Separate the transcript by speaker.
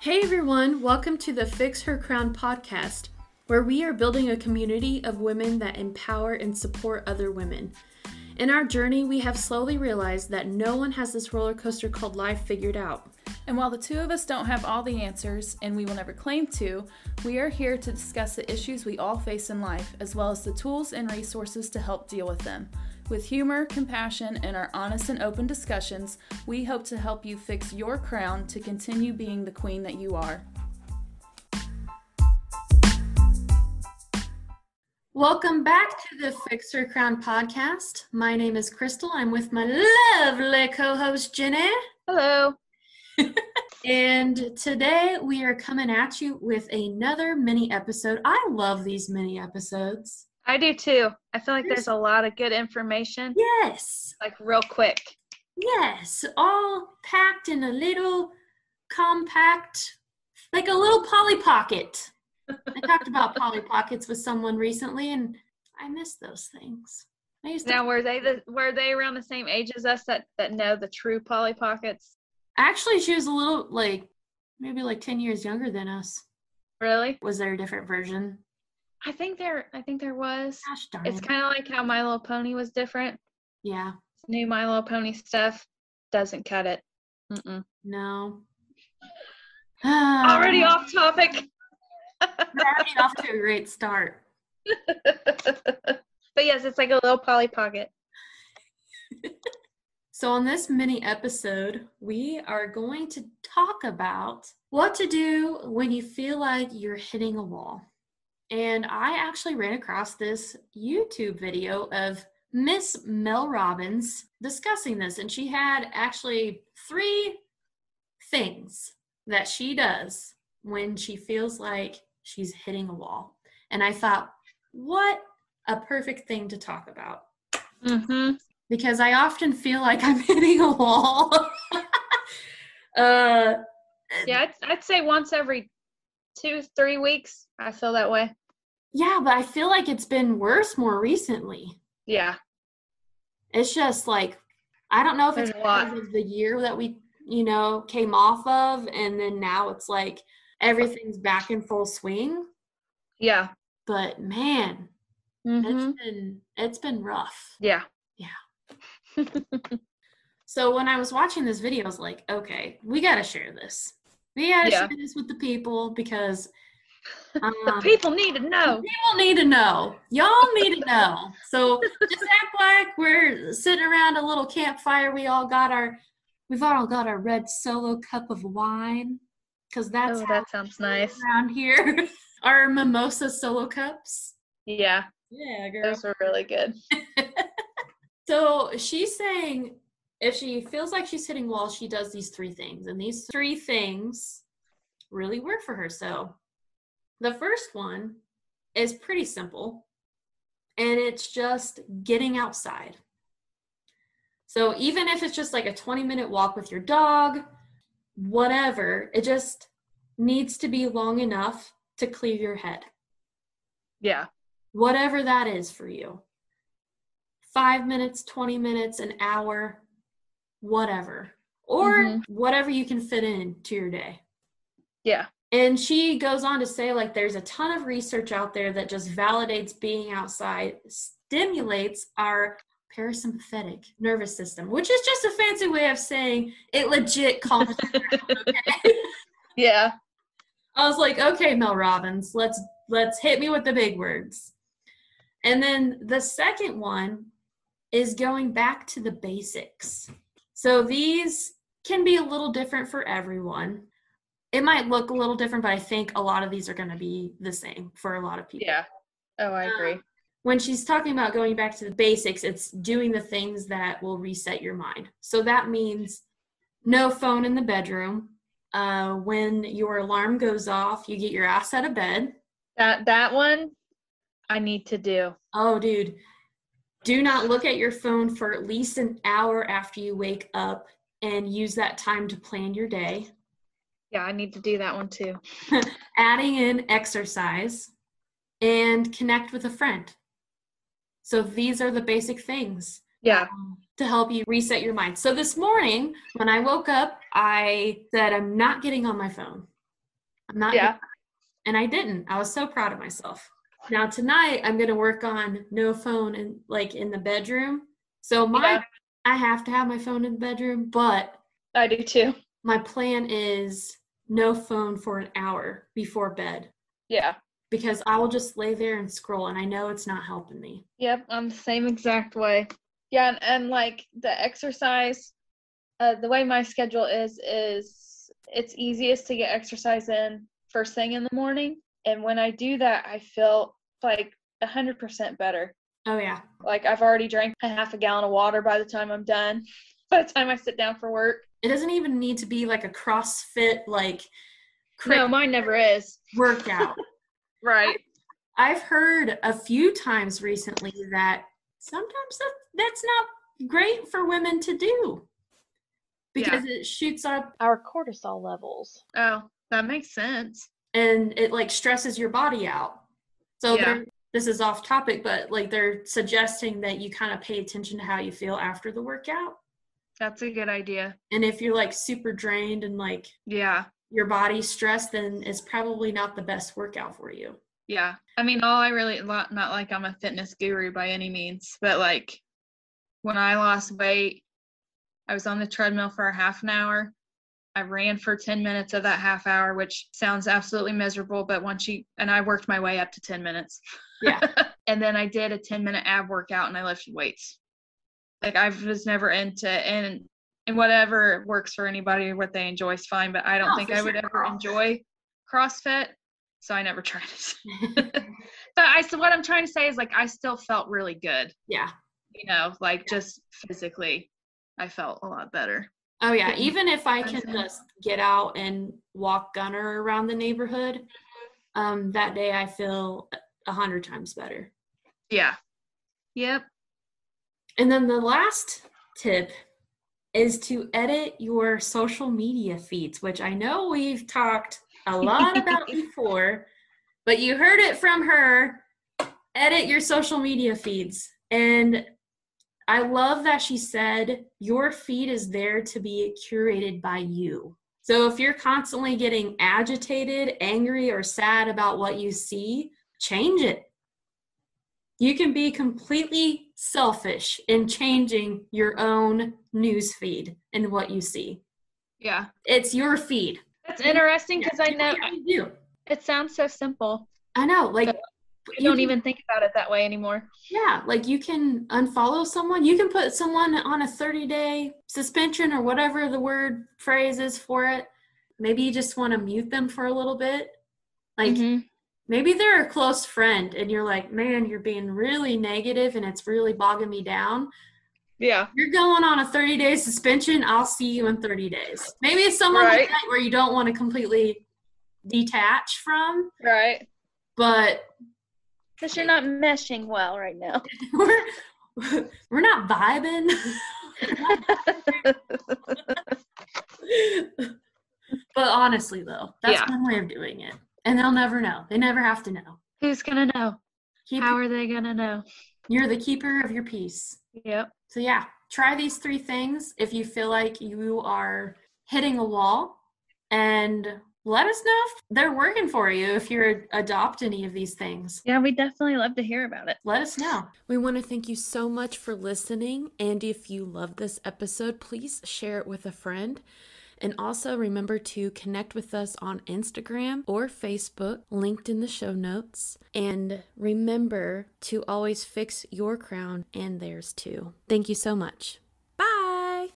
Speaker 1: Hey everyone, welcome to the Fix Her Crown podcast, where we are building a community of women that empower and support other women. In our journey, we have slowly realized that no one has this roller coaster called life figured out.
Speaker 2: And while the two of us don't have all the answers, and we will never claim to, we are here to discuss the issues we all face in life, as well as the tools and resources to help deal with them. With humor, compassion, and our honest and open discussions, we hope to help you fix your crown to continue being the queen that you are.
Speaker 1: Welcome back to the Fix Her Crown podcast. My name is Crystal. I'm with my lovely co host, Jenny.
Speaker 3: Hello.
Speaker 1: And today we are coming at you with another mini episode. I love these mini episodes.
Speaker 3: I do too. I feel like there's a lot of good information,
Speaker 1: Yes,
Speaker 3: like real quick.
Speaker 1: yes, all packed in a little compact, like a little Polly Pocket. I talked about Polly Pockets with someone recently and I miss those things. I used to
Speaker 3: Now, were they the were they around the same age as us that that know the true Polly Pockets?
Speaker 1: actually, she was a little like maybe like 10 years younger than us.
Speaker 3: Really?
Speaker 1: Was there a different version?
Speaker 3: I think there. I think there was.
Speaker 1: Gosh darn
Speaker 3: It's
Speaker 1: it.
Speaker 3: kind of like how My Little Pony was different.
Speaker 1: yeah,
Speaker 3: New My Little Pony stuff doesn't cut it. Mm-mm.
Speaker 1: no.
Speaker 3: Already
Speaker 1: Ah.
Speaker 3: off topic.
Speaker 1: We're already off to a great start.
Speaker 3: but yes, it's like a little Polly Pocket.
Speaker 1: So, on this mini episode, we are going to talk about what to do when you feel like you're hitting a wall. And I actually ran across this YouTube video of Miss Mel Robbins discussing this, and she had actually three things that she does when she feels like she's hitting a wall. And I thought, what a perfect thing to talk about
Speaker 3: Mm-hmm.
Speaker 1: because I often feel like I'm hitting a wall. uh,
Speaker 3: Yeah, I'd, I'd say once every two, three weeks, I feel that way.
Speaker 1: yeah, but I feel like it's been worse more recently.
Speaker 3: Yeah.
Speaker 1: It's just like I don't know if it's
Speaker 3: There's a lot.
Speaker 1: because of the year that we, you know, came off of, and then now it's like everything's back in full swing.
Speaker 3: Yeah.
Speaker 1: But man,
Speaker 3: Mm-hmm.
Speaker 1: it's been it's been rough.
Speaker 3: Yeah.
Speaker 1: So when I was watching this video, I was like, okay, we gotta share this. We gotta
Speaker 3: Yeah.
Speaker 1: share this with the people because
Speaker 3: The
Speaker 1: um,
Speaker 3: people need to know.
Speaker 1: People need to know. Y'all need to know. So just act like we're sitting around a little campfire. We all got our, we've all got our red solo cup of wine, because that's
Speaker 3: oh,
Speaker 1: how
Speaker 3: that sounds nice.
Speaker 1: around here. our mimosa solo cups.
Speaker 3: Yeah,
Speaker 1: Yeah, girl.
Speaker 3: those were really good.
Speaker 1: So she's saying if she feels like she's hitting walls, she does these three things. And these three things really work for her. So the first one is pretty simple, and it's just getting outside. So even if it's just like a 20 minute walk with your dog, whatever, it just needs to be long enough to clear your head
Speaker 3: Yeah.
Speaker 1: whatever that is for you. Five minutes, 20 minutes, an hour, whatever. Or
Speaker 3: Mhm.
Speaker 1: whatever you can fit in to your day.
Speaker 3: Yeah.
Speaker 1: And she goes on to say, like, there's a ton of research out there that just validates being outside stimulates our parasympathetic nervous system, which is just a fancy way of saying it legit calms you down, okay?
Speaker 3: Yeah.
Speaker 1: I was like, okay, Mel Robbins, let's let's hit me with the big words. And then the second one is going back to the basics. So these can be a little different for everyone. It might look a little different, but I think a lot of these are going to be the same for a lot of people
Speaker 3: Yeah. Oh, I agree.
Speaker 1: when she's talking about going back to the basics, it's doing the things that will reset your mind. So that means no phone in the bedroom. Uh, when your alarm goes off, you get your ass out of bed.
Speaker 3: That that one I need to do.
Speaker 1: Oh, dude, do not look at your phone for at least an hour after you wake up and use that time to plan your day.
Speaker 3: Yeah, I need to do that one too.
Speaker 1: adding in exercise and connect with a friend. So these are the basic things.
Speaker 3: Yeah.
Speaker 1: to help you reset your mind. So this morning, when I woke up, I said, I'm not getting on my phone. I'm not
Speaker 3: Yeah.
Speaker 1: and I didn't. I was so proud of myself. Now tonight I'm gonna work on no phone and like in the bedroom. So my
Speaker 3: Yeah.
Speaker 1: I have to have my phone in the bedroom, but
Speaker 3: I do too.
Speaker 1: my plan is no phone for an hour before bed
Speaker 3: Yeah.
Speaker 1: because I will just lay there and scroll and I know it's not helping me.
Speaker 3: Yep. I'm the same exact way. Yeah. And, and like the exercise, uh, the way my schedule is, is it's easiest to get exercise in first thing in the morning. And when I do that, I feel like 100% better.
Speaker 1: Oh yeah.
Speaker 3: Like I've already drank a half a gallon of water by the time I'm done, by the time I sit down for work.
Speaker 1: It doesn't even need to be like a CrossFit like
Speaker 3: No,
Speaker 1: cra-
Speaker 3: mine never is.
Speaker 1: workout.
Speaker 3: Right.
Speaker 1: I've heard a few times recently that sometimes that, that's not great for women to do because it shoots up
Speaker 4: Our cortisol levels.
Speaker 3: Oh, that makes sense.
Speaker 1: and it like stresses your body out. So
Speaker 3: Yeah.
Speaker 1: they're- this is off topic, but like they're suggesting that you kind of pay attention to how you feel after the workout.
Speaker 3: That's a good idea.
Speaker 1: And if you're like super drained and like
Speaker 3: Yeah.
Speaker 1: your body's stressed, then it's probably not the best workout for you.
Speaker 3: Yeah. I mean, all I really not, not like I'm a fitness guru by any means, but like when I lost weight, I was on the treadmill for a half an hour. I ran for 10 minutes of that half hour, which sounds absolutely miserable, but once you and I worked my way up to 10 minutes.
Speaker 1: Yeah.
Speaker 3: and then I did a 10 minute ab workout and I lifted weights. Like I was never into and and whatever works for anybody, what they enjoy is fine, but I don't
Speaker 1: No,
Speaker 3: think
Speaker 1: Oh, for
Speaker 3: I would
Speaker 1: sure.
Speaker 3: ever enjoy CrossFit. So I never tried it. but I so what I'm trying to say is like I still felt really good,
Speaker 1: yeah.
Speaker 3: you know, like just physically I felt a lot better.
Speaker 1: Oh yeah,
Speaker 3: Getting
Speaker 1: even if I can
Speaker 3: sunshine.
Speaker 1: just get out and walk Gunner around the neighborhood, um, that day I feel a hundred times better.
Speaker 3: Yeah. Yep.
Speaker 1: And then the last tip is to edit your social media feeds, which I know we've talked a lot about before, but you heard it from her. Edit your social media feeds. And I love that she said your feed is there to be curated by you. So if you're constantly getting agitated, angry, or sad about what you see, change it you can be completely selfish in changing your own news feed and what you see.
Speaker 3: Yeah.
Speaker 1: It's your feed.
Speaker 3: That's interesting because I know
Speaker 1: Yeah, you do.
Speaker 3: it sounds so simple.
Speaker 1: I know. Like
Speaker 3: But I
Speaker 1: you
Speaker 3: don't
Speaker 1: can-
Speaker 3: even think about it that way anymore.
Speaker 1: Yeah, like you can unfollow someone. You can put someone on a 30 day suspension or whatever the word phrase is for it. Maybe you just want to mute them for a little bit. Like
Speaker 3: Mhm.
Speaker 1: maybe they're a close friend and you're like, man, you're being really negative and it's really bogging me down.
Speaker 3: Yeah.
Speaker 1: you're going on a 30 day suspension. I'll see you in 30 days. Maybe it's someone like
Speaker 3: Right.
Speaker 1: that where you don't want to completely detach from,
Speaker 3: Right.
Speaker 1: but
Speaker 4: Because you're not meshing well right now.
Speaker 1: we're, we're not vibing. but honestly, though, that's
Speaker 3: Yeah.
Speaker 1: one way of doing it. And they'll never know. They never have to know.
Speaker 3: Who's gonna know?
Speaker 1: Keep,
Speaker 3: How are they gonna know?
Speaker 1: you're the keeper of your peace.
Speaker 3: Yep.
Speaker 1: So yeah, try these three things if you feel like you are hitting a wall and let us know if they're working for you if you adopt any of these things.
Speaker 3: Yeah, we definitely love to hear about it.
Speaker 1: Let us know.
Speaker 5: We want to thank you so much for listening. And if you love this episode, please share it with a friend. And also remember to connect with us on Instagram or Facebook, linked in the show notes. And remember to always fix your crown and theirs too. Thank you so much.